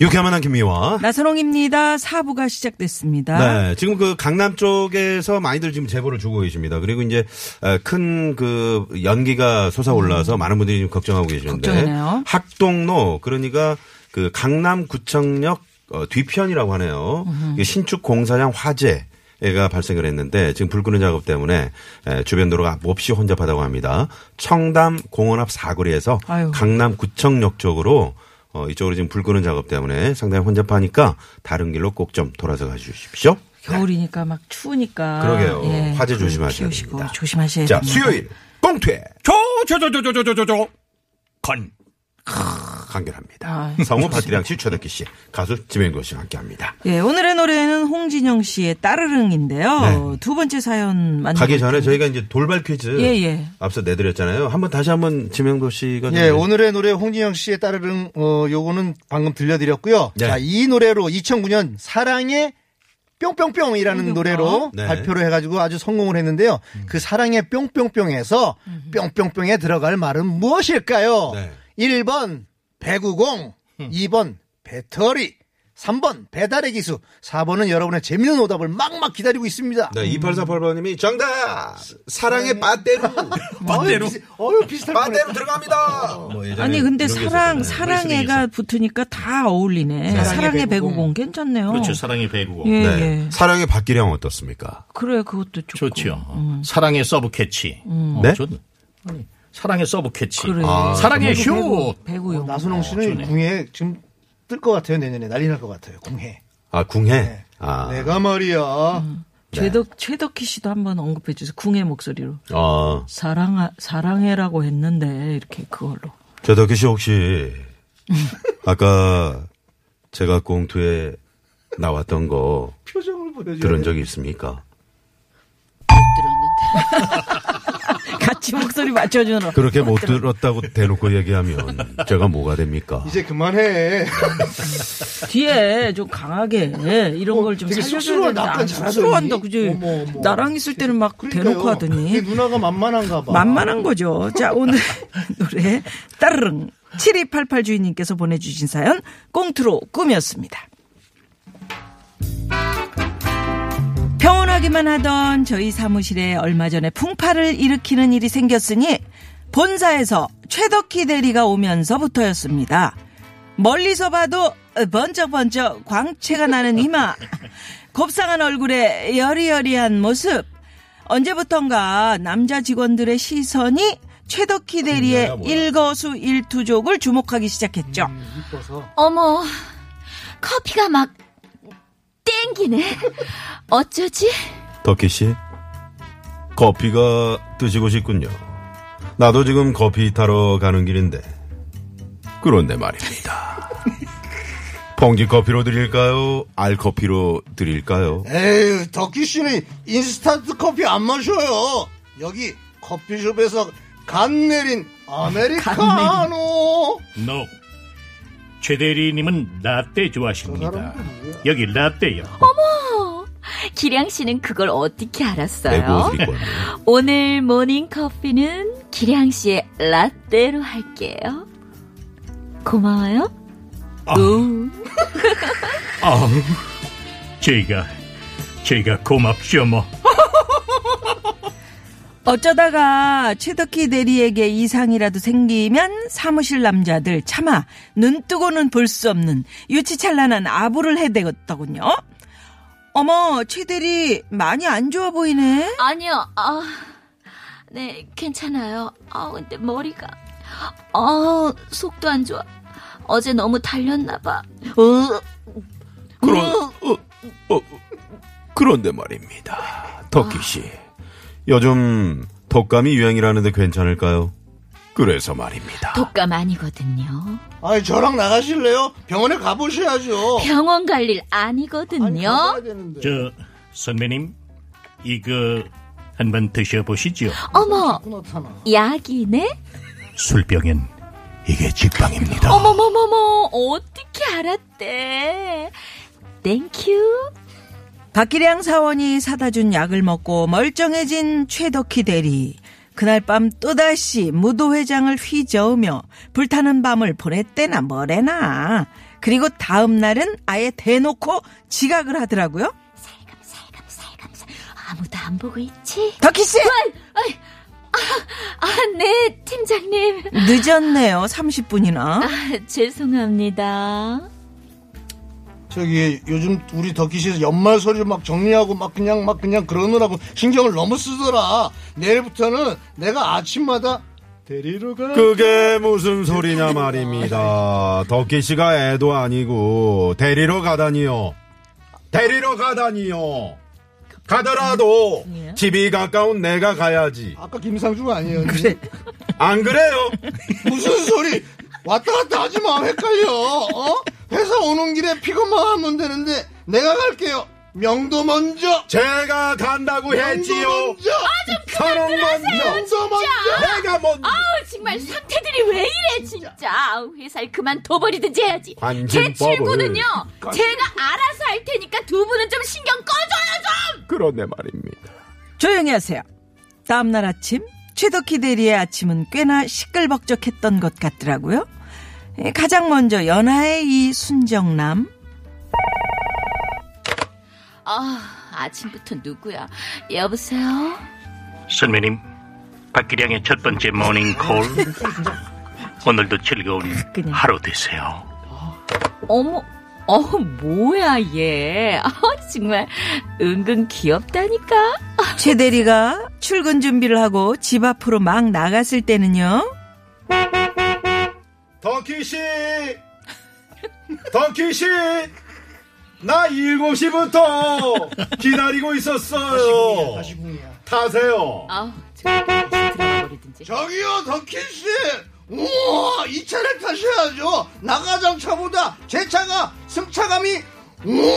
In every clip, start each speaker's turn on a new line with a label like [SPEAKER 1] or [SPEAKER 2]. [SPEAKER 1] 유쾌한 김미화.
[SPEAKER 2] 나선홍입니다. 사부가 시작됐습니다.
[SPEAKER 1] 네, 지금 그 강남 쪽에서 많이들 지금 제보를 주고 계십니다. 그리고 이제 큰 그 연기가 솟아올라서 많은 분들이 지금 걱정하고 계시는데
[SPEAKER 2] 음. 걱정이네요.
[SPEAKER 1] 학동로 그러니까 그 강남구청역 어, 뒤편이라고 하네요. 이게 신축 공사장 화재. 가 발생을 했는데 지금 불 끄는 작업 때문에 에, 주변 도로가 몹시 혼잡하다고 합니다. 청담 공원 앞 사거리에서
[SPEAKER 2] 아유.
[SPEAKER 1] 강남구청역 쪽으로 어, 이쪽으로 지금 불 끄는 작업 때문에 상당히 혼잡하니까 다른 길로 꼭 좀 돌아서 가주십시오.
[SPEAKER 2] 겨울이니까 막 추우니까.
[SPEAKER 1] 그러게요. 화재
[SPEAKER 2] 불
[SPEAKER 1] 조심하셔야
[SPEAKER 2] 피우시고
[SPEAKER 1] 됩니다.
[SPEAKER 2] 조심하셔야
[SPEAKER 1] 자,
[SPEAKER 2] 됩니다.
[SPEAKER 1] 수요일 꽁퇴
[SPEAKER 3] 저저저저저저저저 건.
[SPEAKER 2] 아.
[SPEAKER 1] 간결합니다. 성우 박기량 씨, 최덕기 씨, 가수 지명도 씨와 함께합니다.
[SPEAKER 2] 예, 오늘의 노래는 홍진영 씨의 따르릉인데요. 두 번째 사연 만나
[SPEAKER 1] 네. 가기 전에 저희가 이제 돌발 퀴즈
[SPEAKER 2] 예, 예.
[SPEAKER 1] 앞서 내드렸잖아요. 한번 다시 한번 지명도 씨가 좀
[SPEAKER 4] 예, 오늘의 노래 홍진영 씨의 따르릉 어 요거는 방금 들려드렸고요.
[SPEAKER 1] 네.
[SPEAKER 4] 자, 이 노래로 2009년 사랑의 뿅뿅뿅이라는 노래로
[SPEAKER 1] 네.
[SPEAKER 4] 발표를 해가지고 아주 성공을 했는데요. 그 사랑의 뿅뿅뿅에서 뿅뿅뿅에 들어갈 말은 무엇일까요?
[SPEAKER 1] 네.
[SPEAKER 4] 1번 배구공, 2번 배터리, 3번 배달의 기수, 4번은 여러분의 재밌는 오답을 막막 기다리고 있습니다.
[SPEAKER 1] 네, 2848번님이 정답!
[SPEAKER 2] 네.
[SPEAKER 1] 사랑의 빠떼루!
[SPEAKER 4] 네, 반대로. 어유 비슷할 뻔
[SPEAKER 1] 빠떼루 들어갑니다! 뭐 예전에
[SPEAKER 2] 아니 근데
[SPEAKER 1] 이런 게
[SPEAKER 2] 사랑
[SPEAKER 1] 있었잖아요.
[SPEAKER 2] 사랑애가 붙으니까 다 어울리네. 사랑의, 배구공. 괜찮네요.
[SPEAKER 3] 그렇죠. 사랑의 배구공.
[SPEAKER 2] 예,
[SPEAKER 1] 네.
[SPEAKER 2] 예.
[SPEAKER 1] 사랑의 박기량 어떻습니까?
[SPEAKER 2] 그래 그것도 좋고.
[SPEAKER 3] 좋죠. 어.
[SPEAKER 2] 음.
[SPEAKER 3] 사랑의 서브 캐치. 어,
[SPEAKER 1] 네?
[SPEAKER 3] 좋네. 아니, 사랑의 서브 캐치. 아,
[SPEAKER 2] 그래. 아,
[SPEAKER 3] 사랑의
[SPEAKER 2] 배구,
[SPEAKER 3] 휴.
[SPEAKER 2] 배구용.
[SPEAKER 4] 나선홍 씨는 궁예 지금 뜰 것 같아요 내년에 난리 날 것 같아요 궁예.
[SPEAKER 1] 아, 궁해? 아,
[SPEAKER 4] 네. 내가 말이야.
[SPEAKER 2] 음.
[SPEAKER 1] 네.
[SPEAKER 2] 최덕 최덕희 씨도 한번 언급해 주세요. 궁의 목소리로.
[SPEAKER 1] 어,
[SPEAKER 2] 사랑 사랑해라고 했는데 이렇게 그걸로.
[SPEAKER 1] 최덕기 씨 혹시, 아까 제가 공투에 나왔던 거
[SPEAKER 4] 표정을 보여줘.
[SPEAKER 1] 들은 적이 있습니까?
[SPEAKER 2] 들었는데. 같이 목소리 맞춰주는.
[SPEAKER 1] 그렇게 못 들었다고 대놓고 얘기하면 제가 뭐가 됩니까?
[SPEAKER 4] 이제 그만해.
[SPEAKER 2] 뒤에 좀 강하게 예, 이런
[SPEAKER 4] 어,
[SPEAKER 2] 걸 좀
[SPEAKER 4] 되게
[SPEAKER 2] 살려줘야
[SPEAKER 4] 쑥스러워한다.
[SPEAKER 2] 된다.
[SPEAKER 4] 아까
[SPEAKER 2] 쑥스러워한다,
[SPEAKER 4] 잘하더니.
[SPEAKER 2] 그지?
[SPEAKER 4] 어머, 어머.
[SPEAKER 2] 나랑 있을 때는 막 대놓고
[SPEAKER 4] 이게
[SPEAKER 2] 하더니.
[SPEAKER 4] 누나가 만만한가 봐.
[SPEAKER 2] 만만한 거죠. 자, 오늘 노래 따르릉 7288 주인님께서 보내주신 사연 꽁트로 꾸몄습니다. 평온하기만 하던 저희 사무실에 얼마 전에 풍파를 일으키는 일이 생겼으니 본사에서 최덕희 대리가 오면서부터였습니다. 멀리서 봐도 번쩍번쩍 광채가 나는 이마, 곱상한 얼굴에 여리여리한 모습. 언제부턴가 남자 직원들의 시선이 최덕희 대리의 일거수 일투족을 주목하기 시작했죠.
[SPEAKER 5] 어머, 커피가 막 땡기네. 어쩌지?
[SPEAKER 1] 덕희 씨, 커피가 드시고 싶군요. 나도 지금 커피 타러 가는 길인데. 그런데 말입니다. 봉지 커피로 드릴까요? 알 커피로 드릴까요?
[SPEAKER 4] 에휴, 덕희 씨는 인스턴트 커피 안 마셔요. 여기 커피숍에서 간 내린 아메리카노.
[SPEAKER 3] No. 최 대리님은 라떼 좋아하십니다. 여기 라떼요.
[SPEAKER 5] 기량 씨는 그걸 어떻게
[SPEAKER 1] 내고
[SPEAKER 5] 알았어요?
[SPEAKER 1] 드릴 거예요.
[SPEAKER 5] 오늘 모닝 커피는 기량 씨의 라떼로 할게요. 고마워요.
[SPEAKER 3] 아우. 제가 제가 고맙죠 뭐.
[SPEAKER 2] 어쩌다가 최덕희 대리에게 이상이라도 생기면 사무실 남자들 차마 눈 뜨고는 볼 수 없는 유치찬란한 아부를 해대었더군요. 어머, 최 대리 많이 안 좋아 보이네.
[SPEAKER 5] 아니요, 아, 네, 괜찮아요. 아, 근데 머리가, 아, 속도 안 좋아. 어제 너무 달렸나봐.
[SPEAKER 1] 그런, 어, 어, 그런데 말입니다. 덕희 씨, 요즘 덕감이 유행이라는데 괜찮을까요? 그래서 말입니다.
[SPEAKER 5] 독감 아니거든요.
[SPEAKER 4] 아니 저랑 나가실래요? 병원에 가보셔야죠.
[SPEAKER 5] 병원 갈 일 아니거든요.
[SPEAKER 4] 가봐야 되는데.
[SPEAKER 3] 저 선배님 이거 한번 드셔보시죠.
[SPEAKER 5] 어머,
[SPEAKER 4] 나타나.
[SPEAKER 5] 약이네?
[SPEAKER 3] 술병엔 이게 직방입니다.
[SPEAKER 5] 어머머머머, 어떻게 알았대? 땡큐.
[SPEAKER 2] 박기량 사원이 사다 준 약을 먹고 멀쩡해진 최덕희 대리. 그날 밤 또다시 무도회장을 휘저으며 불타는 밤을 보냈대나 뭐래나. 그리고 다음 날은 아예 대놓고 지각을 하더라고요.
[SPEAKER 5] 살감살감살감살. 아무도 안 보고 있지?
[SPEAKER 2] 덕희 씨!
[SPEAKER 5] 아이, 아, 아, 네, 팀장님.
[SPEAKER 2] 늦었네요. 30분이나.
[SPEAKER 5] 아, 죄송합니다.
[SPEAKER 4] 저기 요즘 우리 덕기씨에서 연말 서류 막 정리하고 막 그냥 막 그냥 그러느라고 신경을 너무 쓰더라. 내일부터는 내가 아침마다 데리러 가.
[SPEAKER 1] 그게 무슨 소리냐 말입니다. 덕기 씨가 애도 아니고 데리러 가다니요. 데리러 가다니요. 가더라도 집이 가까운 내가 가야지.
[SPEAKER 4] 아까 김상중 아니에요?
[SPEAKER 1] 안 그래요?
[SPEAKER 4] 무슨 소리? 왔다 갔다 하지 마. 헷갈려. 어? 회사 오는 길에 픽업만 하면 되는데 내가 갈게요. 명도 먼저.
[SPEAKER 1] 제가 간다고
[SPEAKER 4] 명도
[SPEAKER 1] 했지요.
[SPEAKER 4] 먼저.
[SPEAKER 1] 선홍 먼저.
[SPEAKER 4] 명도 먼저.
[SPEAKER 1] 내가 먼저.
[SPEAKER 5] 아우, 정말 상태들이 왜 이래, 진짜. 아우, 회사를 그만둬버리든지 해야지. 제
[SPEAKER 1] 관심법을.
[SPEAKER 5] 친구는요, 제가 알아서 할 테니까 두 분은 좀 신경 꺼줘요, 좀!
[SPEAKER 1] 그런데 말입니다.
[SPEAKER 2] 조용히 하세요. 다음날 아침, 최덕희 대리의 아침은 꽤나 시끌벅적했던 것 같더라고요. 에, 가장 먼저 연하의 이 순정남.
[SPEAKER 5] 아, 아침부터 누구야? 여보세요?
[SPEAKER 3] 선배님 박기량의 첫 번째 모닝콜 오늘도 즐거운 하루 되세요.
[SPEAKER 5] 어머, 어, 뭐야, 얘. 아, 정말, 은근 귀엽다니까?
[SPEAKER 2] 최 대리가 출근 준비를 하고 집 앞으로 막 나갔을 때는요.
[SPEAKER 1] 덕희 씨. 덕희 씨. 나 7시부터 기다리고 있었어요. 타세요.
[SPEAKER 5] 아우, 정말, 다시 들어가버리든지.
[SPEAKER 4] 저기요 덕희씨 우와 이 차를 타셔야죠 나가장 차보다 제 차가 승차감이 우와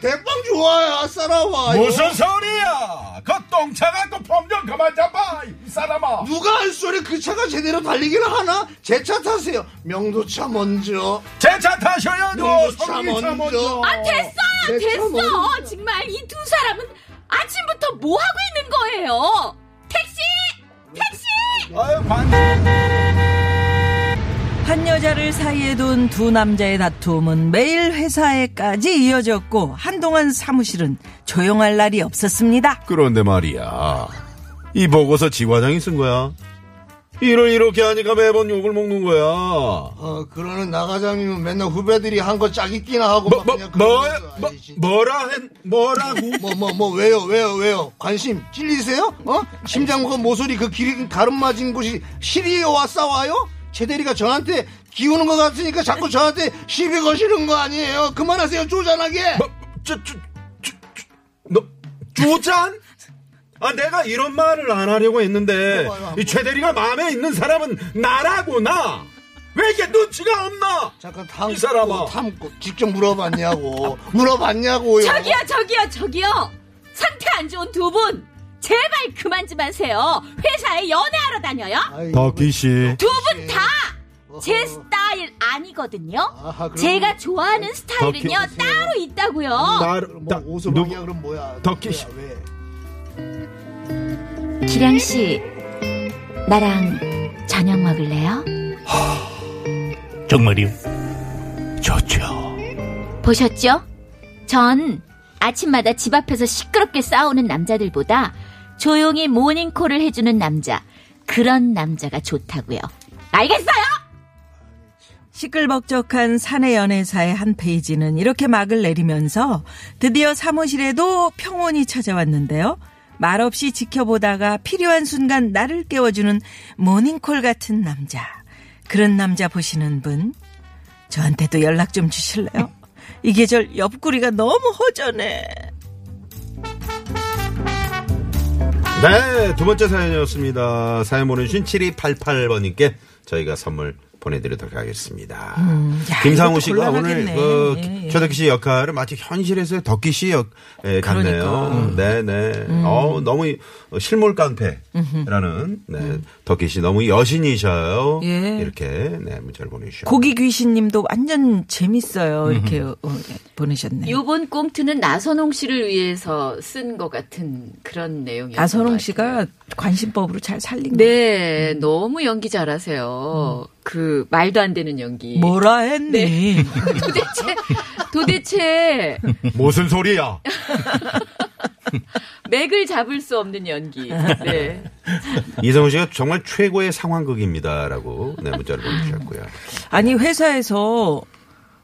[SPEAKER 4] 대빵 좋아요 아싸라와
[SPEAKER 1] 무슨 소리야? 그 똥차가 또 범정 그만 잡아 이 사람아.
[SPEAKER 4] 누가 할 소리 그 차가 제대로 달리기를 하나 제 차 타세요 명도차 먼저
[SPEAKER 1] 제 차 타셔야죠.
[SPEAKER 4] 명도차
[SPEAKER 1] 성인 차
[SPEAKER 4] 먼저
[SPEAKER 5] 아, 됐어요!
[SPEAKER 4] 내
[SPEAKER 5] 됐어!
[SPEAKER 4] 차만.
[SPEAKER 5] 정말, 이 두 사람은 아침부터 뭐 하고 있는 거예요? 택시! 택시!
[SPEAKER 1] 아유 관.
[SPEAKER 2] 한 여자를 사이에 둔 두 남자의 다툼은 매일 회사에까지 이어졌고 한동안 사무실은 조용할 날이 없었습니다.
[SPEAKER 1] 그런데 말이야. 이 보고서 지과장이 쓴 거야. 일을 이렇게 하니까 매번 욕을 먹는 거야. 뭐,
[SPEAKER 4] 어 그러는 나가장이면 맨날 후배들이 한 거 짜깁기나 하고
[SPEAKER 1] 뭐,
[SPEAKER 4] 막
[SPEAKER 1] 뭐,
[SPEAKER 4] 그냥
[SPEAKER 1] 뭐,
[SPEAKER 4] 그러는 거
[SPEAKER 1] 뭐,
[SPEAKER 4] 아니지.
[SPEAKER 1] 뭐라 했, 뭐라고?
[SPEAKER 4] 뭐, 뭐, 뭐, 왜요, 왜요, 왜요? 관심 찔리세요? 어? 심장과 모서리 그 길이 가름 맞은 곳이 시리와 싸워요? 최 대리가 저한테 기우는 것 같으니까
[SPEAKER 1] 네.
[SPEAKER 4] 자꾸 저한테 시비 거시는 거 아니에요? 그만하세요, 쪼잔하게!
[SPEAKER 1] 뭐, 쭈, 쭈, 쭈, 쭈, 너, 쪼잔? 아, 내가 이런 말을 안 하려고 했는데,
[SPEAKER 4] 뭐 해봐요, 한번.
[SPEAKER 1] 이 최대리가 마음에 있는 사람은 나라고, 나! 왜 이게 눈치가 없나?
[SPEAKER 4] 잠깐 탐고, 어,
[SPEAKER 1] 이 사람아.
[SPEAKER 4] 탐고, 직접 물어봤냐고. 물어봤냐고요.
[SPEAKER 5] 저기요, 저기요, 저기요! 상태 안 좋은 두 분! 제발 그만 좀 하세요! 회사에 연애하러 다녀요?
[SPEAKER 4] 아이, 뭐,
[SPEAKER 1] 씨.
[SPEAKER 5] 두 분 다! 제 스타일 아니거든요?
[SPEAKER 4] 아하, 그럼-
[SPEAKER 5] 제가 좋아하는
[SPEAKER 1] 더
[SPEAKER 5] 스타일은요,
[SPEAKER 1] 키우세요. 음,
[SPEAKER 5] 따로 있다고요!
[SPEAKER 2] 어!
[SPEAKER 1] 나,
[SPEAKER 4] 뭐
[SPEAKER 1] 나,
[SPEAKER 4] 오소방이야, 그럼 뭐야.
[SPEAKER 1] 덕기
[SPEAKER 4] 뭐야,
[SPEAKER 1] 씨.
[SPEAKER 4] 왜?
[SPEAKER 5] 기량 씨, 나랑 저녁 먹을래요?
[SPEAKER 3] 정말이요? 좋죠.
[SPEAKER 5] 보셨죠? 전 아침마다 집 앞에서 시끄럽게 싸우는 남자들보다 조용히 모닝콜을 해주는 남자, 그런 남자가 좋다고요. 알겠어요?
[SPEAKER 2] 시끌벅적한 사내 연애사의 한 페이지는 이렇게 막을 내리면서 드디어 사무실에도 평온이 찾아왔는데요. 말없이 지켜보다가 필요한 순간 나를 깨워주는 모닝콜 같은 남자. 그런 남자 보시는 분, 저한테도 연락 좀 주실래요? 이 계절 옆구리가 너무 허전해.
[SPEAKER 1] 네, 두 번째 사연이었습니다. 사연 보내주신 7288번님께 저희가 선물 보내드리도록 하겠습니다.
[SPEAKER 2] 음, 야,
[SPEAKER 1] 김상우
[SPEAKER 2] 이것도
[SPEAKER 1] 씨가 오늘
[SPEAKER 2] 곤란하겠네.
[SPEAKER 1] 그
[SPEAKER 2] 예, 예.
[SPEAKER 1] 최덕기 씨 역할을 마치 현실에서의 덕기 씨 역, 에,
[SPEAKER 2] 그러니까. 음.
[SPEAKER 1] 같네요. 네네. 어 너무 이- 어, 실물 깡패라는 네, 덕기 씨 너무 여신이셔요.
[SPEAKER 2] 예.
[SPEAKER 1] 이렇게 네, 문자를 보내주셨고.
[SPEAKER 2] 고기 귀신님도 완전 재밌어요. 이렇게 어, 보내셨네요.
[SPEAKER 6] 요번 꽁트는 나선홍 씨를 위해서 쓴 것 같은 그런 내용이었어요.
[SPEAKER 2] 아선홍 씨가 관심법으로 잘 살린 거.
[SPEAKER 6] 네, 너무 연기 잘하세요. 그 말도 안 되는 연기.
[SPEAKER 2] 음. 뭐라 했니?
[SPEAKER 6] 도대체 도대체
[SPEAKER 1] 무슨 소리야?
[SPEAKER 6] 맥을 잡을 수 없는 연기. 네.
[SPEAKER 1] 이성우 씨가 정말 최고의 상황극입니다라고 네, 문자를 보내주셨고요.
[SPEAKER 2] 아니 회사에서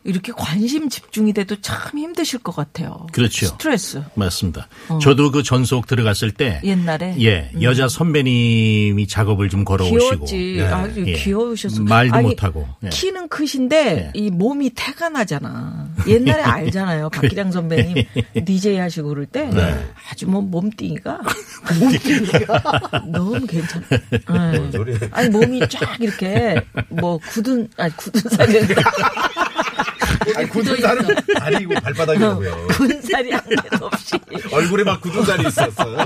[SPEAKER 2] 이렇게 관심 집중이 돼도 참 힘드실 것 같아요.
[SPEAKER 3] 그렇죠.
[SPEAKER 2] 스트레스.
[SPEAKER 3] 맞습니다. 저도 그 전속 들어갔을 때
[SPEAKER 2] 어. 옛날에? 음.
[SPEAKER 3] 예 여자 선배님이 작업을 좀 걸어오시고
[SPEAKER 2] 귀여웠지.
[SPEAKER 3] 네.
[SPEAKER 2] 아주
[SPEAKER 3] 예.
[SPEAKER 2] 귀여우셔서.
[SPEAKER 3] 말도
[SPEAKER 2] 아니,
[SPEAKER 3] 못하고 예.
[SPEAKER 2] 키는 크신데
[SPEAKER 3] 예.
[SPEAKER 2] 이 몸이 태가 나잖아. 옛날에 알잖아요.
[SPEAKER 3] 그
[SPEAKER 2] 박기량 선배님 DJ 하시고 그럴 때
[SPEAKER 3] 네.
[SPEAKER 2] 아주 뭐 몸뚱이가 몸뚱이가 너무 괜찮아. 예.
[SPEAKER 1] 소리야?
[SPEAKER 2] 아니 몸이 쫙 이렇게 뭐 굳은 아니 굳은 살이 아니라
[SPEAKER 1] 아니, 굳은 살은 아니고 발바닥이라고요.
[SPEAKER 2] 굳은 살이 아니라 없이.
[SPEAKER 1] 얼굴에 막 굳은 살이 있었어요.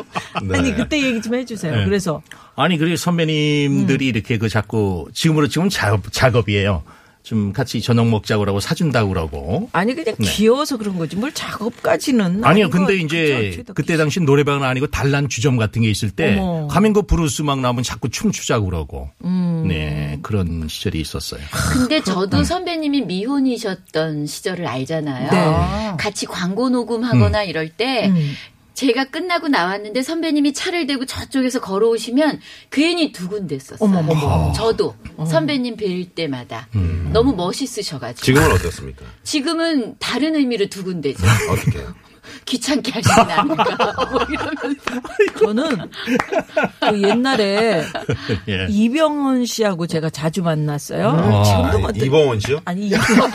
[SPEAKER 1] 네.
[SPEAKER 2] 아니 그때 얘기 좀 해주세요.
[SPEAKER 3] 네.
[SPEAKER 2] 그래서
[SPEAKER 3] 아니 그리고 선배님들이
[SPEAKER 2] 음.
[SPEAKER 3] 이렇게 그 자꾸 지금으로 지금 작업 작업이에요. 좀 같이 저녁 먹자고 라고 사준다고 그러고.
[SPEAKER 2] 아니 그냥
[SPEAKER 1] 네.
[SPEAKER 2] 귀여워서 그런 거지 뭘 작업까지는
[SPEAKER 3] 아니요,
[SPEAKER 2] 아닌 것
[SPEAKER 3] 근데
[SPEAKER 2] 같아요.
[SPEAKER 3] 이제
[SPEAKER 2] 그죠?
[SPEAKER 3] 그때 당시 노래방은 아니고 단란 주점 같은 게 있을 때
[SPEAKER 2] 어머.
[SPEAKER 3] 가면 그 브루스 막 나오면 자꾸 춤추자고 그러고.
[SPEAKER 2] 음.
[SPEAKER 3] 네, 그런 시절이 있었어요.
[SPEAKER 6] 근데 저도 선배님이 미혼이셨던 시절을 알잖아요.
[SPEAKER 2] 네.
[SPEAKER 6] 같이 광고 녹음하거나 이럴 때 제가 끝나고 나왔는데 선배님이 차를 대고 저쪽에서 걸어오시면 괜히 두근댔었어요.
[SPEAKER 2] 어머머머.
[SPEAKER 6] 저도 선배님 뵐 때마다 너무 멋있으셔가지고
[SPEAKER 1] 지금은 어떻습니까?
[SPEAKER 6] 지금은 다른 의미로 두근대죠.
[SPEAKER 1] 어떻게?
[SPEAKER 6] 귀찮게 하시나 뭐 이러면서
[SPEAKER 2] 저는 그 옛날에
[SPEAKER 3] 예.
[SPEAKER 2] 이병헌 씨하고 제가 자주 만났어요. 지금도
[SPEAKER 1] 음.
[SPEAKER 2] 만나-
[SPEAKER 1] 아, 이봉원 씨요?
[SPEAKER 2] 아니 이병헌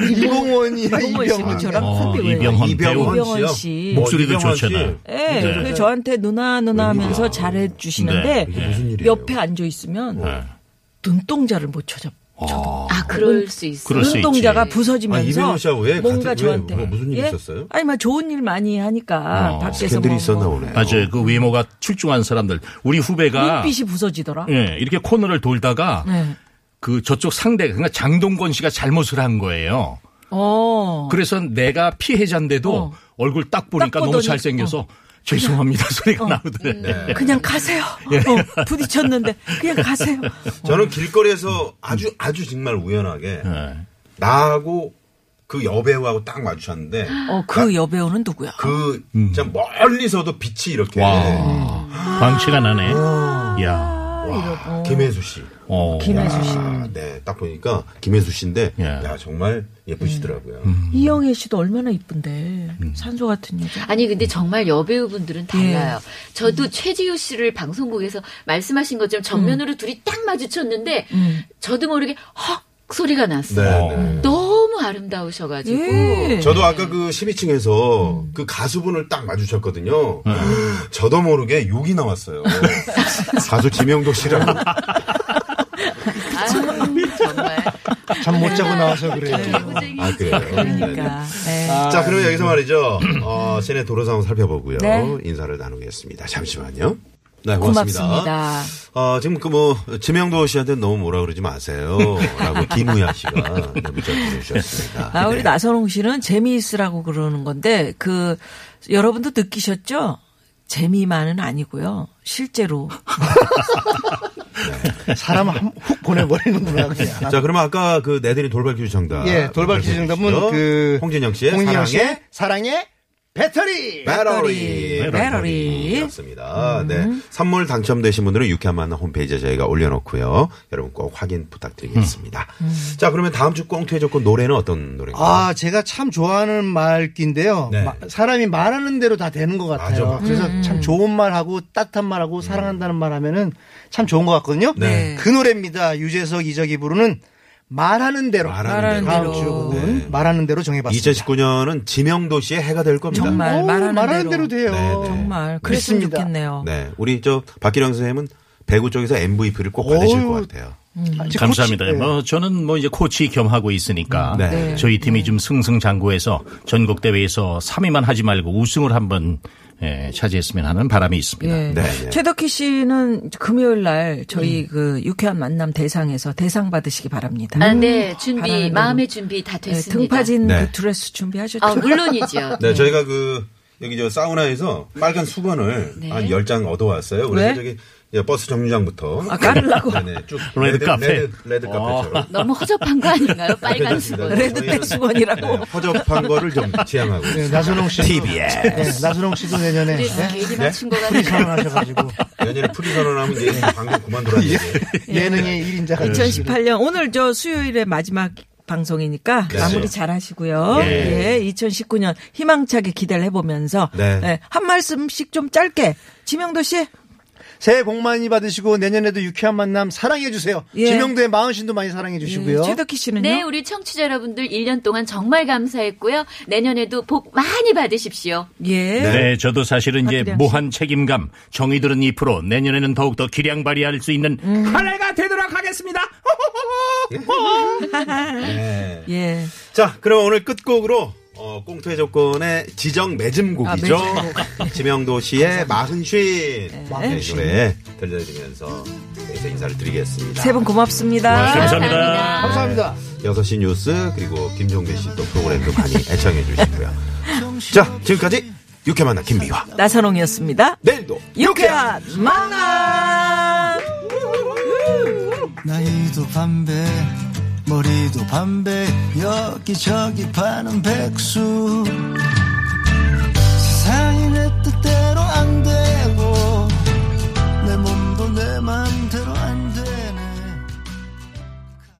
[SPEAKER 4] 이봉원이나
[SPEAKER 2] 이병헌 씨
[SPEAKER 4] 이병헌.
[SPEAKER 2] 저랑
[SPEAKER 3] 어,
[SPEAKER 2] 선배예요.
[SPEAKER 3] 이병헌 배우.
[SPEAKER 2] 아, 이병헌 씨.
[SPEAKER 3] 목소리도
[SPEAKER 1] 어, 이병헌
[SPEAKER 3] 좋잖아요.
[SPEAKER 2] 예,
[SPEAKER 1] 네.
[SPEAKER 2] 그래서 저한테 누나 누나 하면서 잘해 주시는데
[SPEAKER 3] 네,
[SPEAKER 1] 무슨 일이에요?
[SPEAKER 2] 옆에 앉아 있으면
[SPEAKER 3] 네.
[SPEAKER 2] 눈동자를 못 쳐줘.
[SPEAKER 6] 아 그럴 수 있어요.
[SPEAKER 3] 그럴 수 있지.
[SPEAKER 2] 눈동자가
[SPEAKER 1] 아,
[SPEAKER 2] 부서지면서
[SPEAKER 1] 이병헌 씨하고 왜
[SPEAKER 2] 뭔가
[SPEAKER 1] 같은- 왜,
[SPEAKER 2] 저한테
[SPEAKER 1] 뭐 무슨 일이
[SPEAKER 2] 예?
[SPEAKER 1] 있었어요?
[SPEAKER 2] 아니 막 좋은 일 많이 하니까
[SPEAKER 3] 어,
[SPEAKER 2] 밖에서
[SPEAKER 1] 스캔들이
[SPEAKER 2] 뭐-
[SPEAKER 1] 있었나
[SPEAKER 2] 뭐
[SPEAKER 1] 보네요.
[SPEAKER 3] 맞아요. 그 외모가 출중한 사람들. 우리 후배가
[SPEAKER 2] 눈빛이 부서지더라.
[SPEAKER 3] 예, 이렇게 코너를 돌다가
[SPEAKER 2] 네.
[SPEAKER 3] 그 저쪽 상대 그러니까 장동건 씨가 잘못을 한 거예요.
[SPEAKER 2] 어.
[SPEAKER 3] 그래서 내가 피해자인데도
[SPEAKER 2] 어.
[SPEAKER 3] 얼굴 딱
[SPEAKER 2] 딱
[SPEAKER 3] 보니까 너무
[SPEAKER 2] 보더니- 어. 네.
[SPEAKER 3] 잘생겨서 죄송합니다 소리가 나오더래. 요
[SPEAKER 2] 그냥 가세요. 어, 부딪혔는데 그냥 가세요.
[SPEAKER 1] 저는 길거리에서 아주 아주 정말 우연하게
[SPEAKER 3] 네.
[SPEAKER 1] 나하고 그 여배우하고 딱 마주쳤는데
[SPEAKER 2] 어, 그 여배우는 누구야?
[SPEAKER 1] 그 진짜 멀리서도 빛이 이렇게
[SPEAKER 3] 음. 와, 광채가 아, 나네.
[SPEAKER 2] 어.
[SPEAKER 3] 야,
[SPEAKER 1] 와, 김혜수 씨.
[SPEAKER 3] 어,
[SPEAKER 2] 아, 김혜수 씨.
[SPEAKER 1] 아, 네, 딱 보니까 김혜수 씨인데,
[SPEAKER 3] 예. 음.
[SPEAKER 1] 야 정말 예쁘시더라고요.
[SPEAKER 2] 이영애 씨도 얼마나 이쁜데. 산소 같은 여자.
[SPEAKER 6] 아니 근데 정말 여배우분들은 달라요. 저도 최지우 씨를 방송국에서 말씀하신 것처럼 정면으로 둘이 딱 마주쳤는데 저도 모르게 헉 소리가
[SPEAKER 1] 네,
[SPEAKER 6] 났어요.
[SPEAKER 1] 네.
[SPEAKER 6] 너무 아름다우셔가지고
[SPEAKER 2] 예.
[SPEAKER 1] 저도 아까 그 12층에서 그 가수분을 딱 마주쳤거든요.
[SPEAKER 4] 네.
[SPEAKER 1] 저도 모르게 욕이 나왔어요. 가수 지명도 씨라고.
[SPEAKER 6] 아, 정말
[SPEAKER 4] 잠 못 자고 나와서 그래요.
[SPEAKER 6] 고생이
[SPEAKER 1] 아, 그래요?
[SPEAKER 2] 그러니까. 네.
[SPEAKER 1] 자, 그러면 여기서 말이죠. 어, 시내 도로 상황 살펴보고요.
[SPEAKER 2] 네.
[SPEAKER 1] 인사를 나누겠습니다. 잠시만요. 네, 고맙습니다.
[SPEAKER 2] 고맙습니다.
[SPEAKER 1] 어, 지금 그 뭐, 지명도 씨한테 너무 뭐라 그러지 마세요. 라고 김우야 씨가 네, 문자 보내주셨습니다.
[SPEAKER 2] 아, 우리
[SPEAKER 1] 네.
[SPEAKER 2] 나선홍 씨는 재미있으라고 그러는 건데, 그, 여러분도 느끼셨죠? 재미만은 아니고요. 실제로.
[SPEAKER 4] 사람 한- 훅 보내버리는구나 그냥.
[SPEAKER 1] 자, 그러면 아까 그 내드린 돌발 퀴즈 정답.
[SPEAKER 4] 예, 돌발 퀴즈 정답은
[SPEAKER 1] 말씀해 주시죠.
[SPEAKER 4] 그
[SPEAKER 1] 홍진영 씨의
[SPEAKER 4] 홍진영
[SPEAKER 1] 사랑의
[SPEAKER 4] 씨의 사랑의 배터리. 음.
[SPEAKER 1] 배터리.
[SPEAKER 2] 배터리. 배터리.
[SPEAKER 1] 였습니다. 네. 선물 당첨되신 분들은 유쾌한 만남 홈페이지에 저희가 올려놓고요. 여러분 꼭 확인 부탁드리겠습니다. 자, 그러면 다음 주 꽁트의 조건 노래는 어떤 노래인가요?
[SPEAKER 4] 아, 제가 참 좋아하는 말귀인데요.
[SPEAKER 1] 네.
[SPEAKER 4] 마- 사람이 말하는 대로 다 되는 것 같아요. 음.
[SPEAKER 1] 맞아, 맞아.
[SPEAKER 4] 그래서 참 좋은 말하고 따뜻한 말하고 사랑한다는 말 하면은 참 좋은 것 같거든요.
[SPEAKER 1] 네.
[SPEAKER 4] 그 노래입니다. 유재석 이적이 부르는 말하는 네. 대로
[SPEAKER 1] 말하는
[SPEAKER 4] 다음
[SPEAKER 2] 대로.
[SPEAKER 4] 주곡은 말하는 대로 정해봤습니다.
[SPEAKER 1] 2019년은 지명 도시에 해가 될 겁니다.
[SPEAKER 2] 정말
[SPEAKER 4] 어,
[SPEAKER 2] 말하는,
[SPEAKER 4] 말하는 대로, 돼요.
[SPEAKER 1] 네, 네.
[SPEAKER 2] 정말 그랬으면
[SPEAKER 4] 믿습니다.
[SPEAKER 2] 좋겠네요.
[SPEAKER 1] 네, 우리 저 박기량 선생님은 배구 쪽에서 MVP를 꼭 받으실
[SPEAKER 4] 어우.
[SPEAKER 1] 것 같아요.
[SPEAKER 4] 아, 지금
[SPEAKER 3] 감사합니다.
[SPEAKER 4] 코치- 네.
[SPEAKER 3] 뭐 저는 뭐 이제 코치 겸 하고 있으니까
[SPEAKER 1] 네. 네.
[SPEAKER 3] 저희 팀이 좀 승승장구해서 전국 대회에서 3위만 하지 말고 우승을 한번 예, 차지했으면 하는 바람이 있습니다.
[SPEAKER 2] 예.
[SPEAKER 1] 네, 네.
[SPEAKER 2] 최덕희 씨는 금요일 날 저희 그 유쾌한 만남 대상에서 대상 받으시기 바랍니다.
[SPEAKER 6] 아, 네,
[SPEAKER 2] 바라는
[SPEAKER 6] 준비,
[SPEAKER 2] 대로.
[SPEAKER 6] 마음의 준비 다
[SPEAKER 2] 음, 네,
[SPEAKER 6] 됐습니다.
[SPEAKER 2] 등파진
[SPEAKER 1] 네.
[SPEAKER 2] 그 드레스 준비하셨죠?
[SPEAKER 6] 아, 물론이죠.
[SPEAKER 1] 네, 저희가 그 여기 저 사우나에서 빨간 수건을 한 10장 얻어왔어요. 그래서
[SPEAKER 2] 네. 왜?
[SPEAKER 1] 저기 이제 버스 정류장부터
[SPEAKER 2] 아, 깔라고.
[SPEAKER 1] 네네, 쭉
[SPEAKER 3] 레드 카페. 아.
[SPEAKER 1] 레드, 레드 카페처럼
[SPEAKER 6] 너무 허접한 거 아닌가요? 빨간
[SPEAKER 1] 그렇습니다.
[SPEAKER 6] 수건.
[SPEAKER 2] 레드백
[SPEAKER 1] 네,
[SPEAKER 2] 수건이라고.
[SPEAKER 1] 허접한 거를 좀 지향하고 있습니다.
[SPEAKER 4] 네, 나선홍 씨도
[SPEAKER 3] TBS.
[SPEAKER 4] 네, 나선홍 씨도 내년에
[SPEAKER 6] 우리
[SPEAKER 4] 네?
[SPEAKER 6] 괜히 맞춘 거 같네요.
[SPEAKER 4] 결혼하셔가지고
[SPEAKER 1] 연예인 프리 선언하면 이제 방금 그만둬라 얘기예요.
[SPEAKER 4] 예능의 1인자가
[SPEAKER 2] 2018년 오늘 저 수요일의 마지막 방송이니까
[SPEAKER 1] 네.
[SPEAKER 2] 마무리 잘 하시고요. 예. 2019년 희망차게 기대를 해보면서
[SPEAKER 1] 네.
[SPEAKER 2] 예, 한 말씀씩 좀 짧게 지명도 씨
[SPEAKER 4] 새해 복 많이 받으시고 내년에도 유쾌한 만남 사랑해 주세요.
[SPEAKER 2] 예.
[SPEAKER 4] 지명도의 마흔신도 많이 사랑해 주시고요.
[SPEAKER 2] 예, 최덕희 씨는요.
[SPEAKER 6] 네, 우리 청취자 여러분들 1년 동안 정말 감사했고요. 내년에도 복 많이 받으십시오.
[SPEAKER 2] 예.
[SPEAKER 3] 네. 저도 사실은 이제
[SPEAKER 2] 박기량 씨.
[SPEAKER 3] 무한 책임감, 정이 들은 2% 내년에는 더욱더 기량 발휘할 수 있는 한 해가 되도록 하겠습니다.
[SPEAKER 1] 네.
[SPEAKER 2] 예.
[SPEAKER 1] 자, 그럼 오늘 끝곡으로 어, 꽁투의 조건의 지정 매짐곡이죠.
[SPEAKER 2] 아, 매짐곡.
[SPEAKER 1] 지명도 씨의 마흔쉰 네, 이
[SPEAKER 4] 마흔쉰.
[SPEAKER 1] 노래 들려드리면서 이제 인사를 드리겠습니다.
[SPEAKER 2] 세 분 고맙습니다.
[SPEAKER 3] 감사합니다.
[SPEAKER 4] 감사합니다.
[SPEAKER 1] 6시 뉴스 그리고 김종배 씨 또 프로그램도 많이 애청해 주시고요. 자, 지금까지 육회 만나 김미화.
[SPEAKER 2] 나선홍이었습니다.
[SPEAKER 1] 내일도
[SPEAKER 2] 유쾌한 만남.
[SPEAKER 7] 나이도 반배 머리도 반배 여기저기 파는 백수 세상이 내 뜻대로 안 되고 내 몸도 내 맘도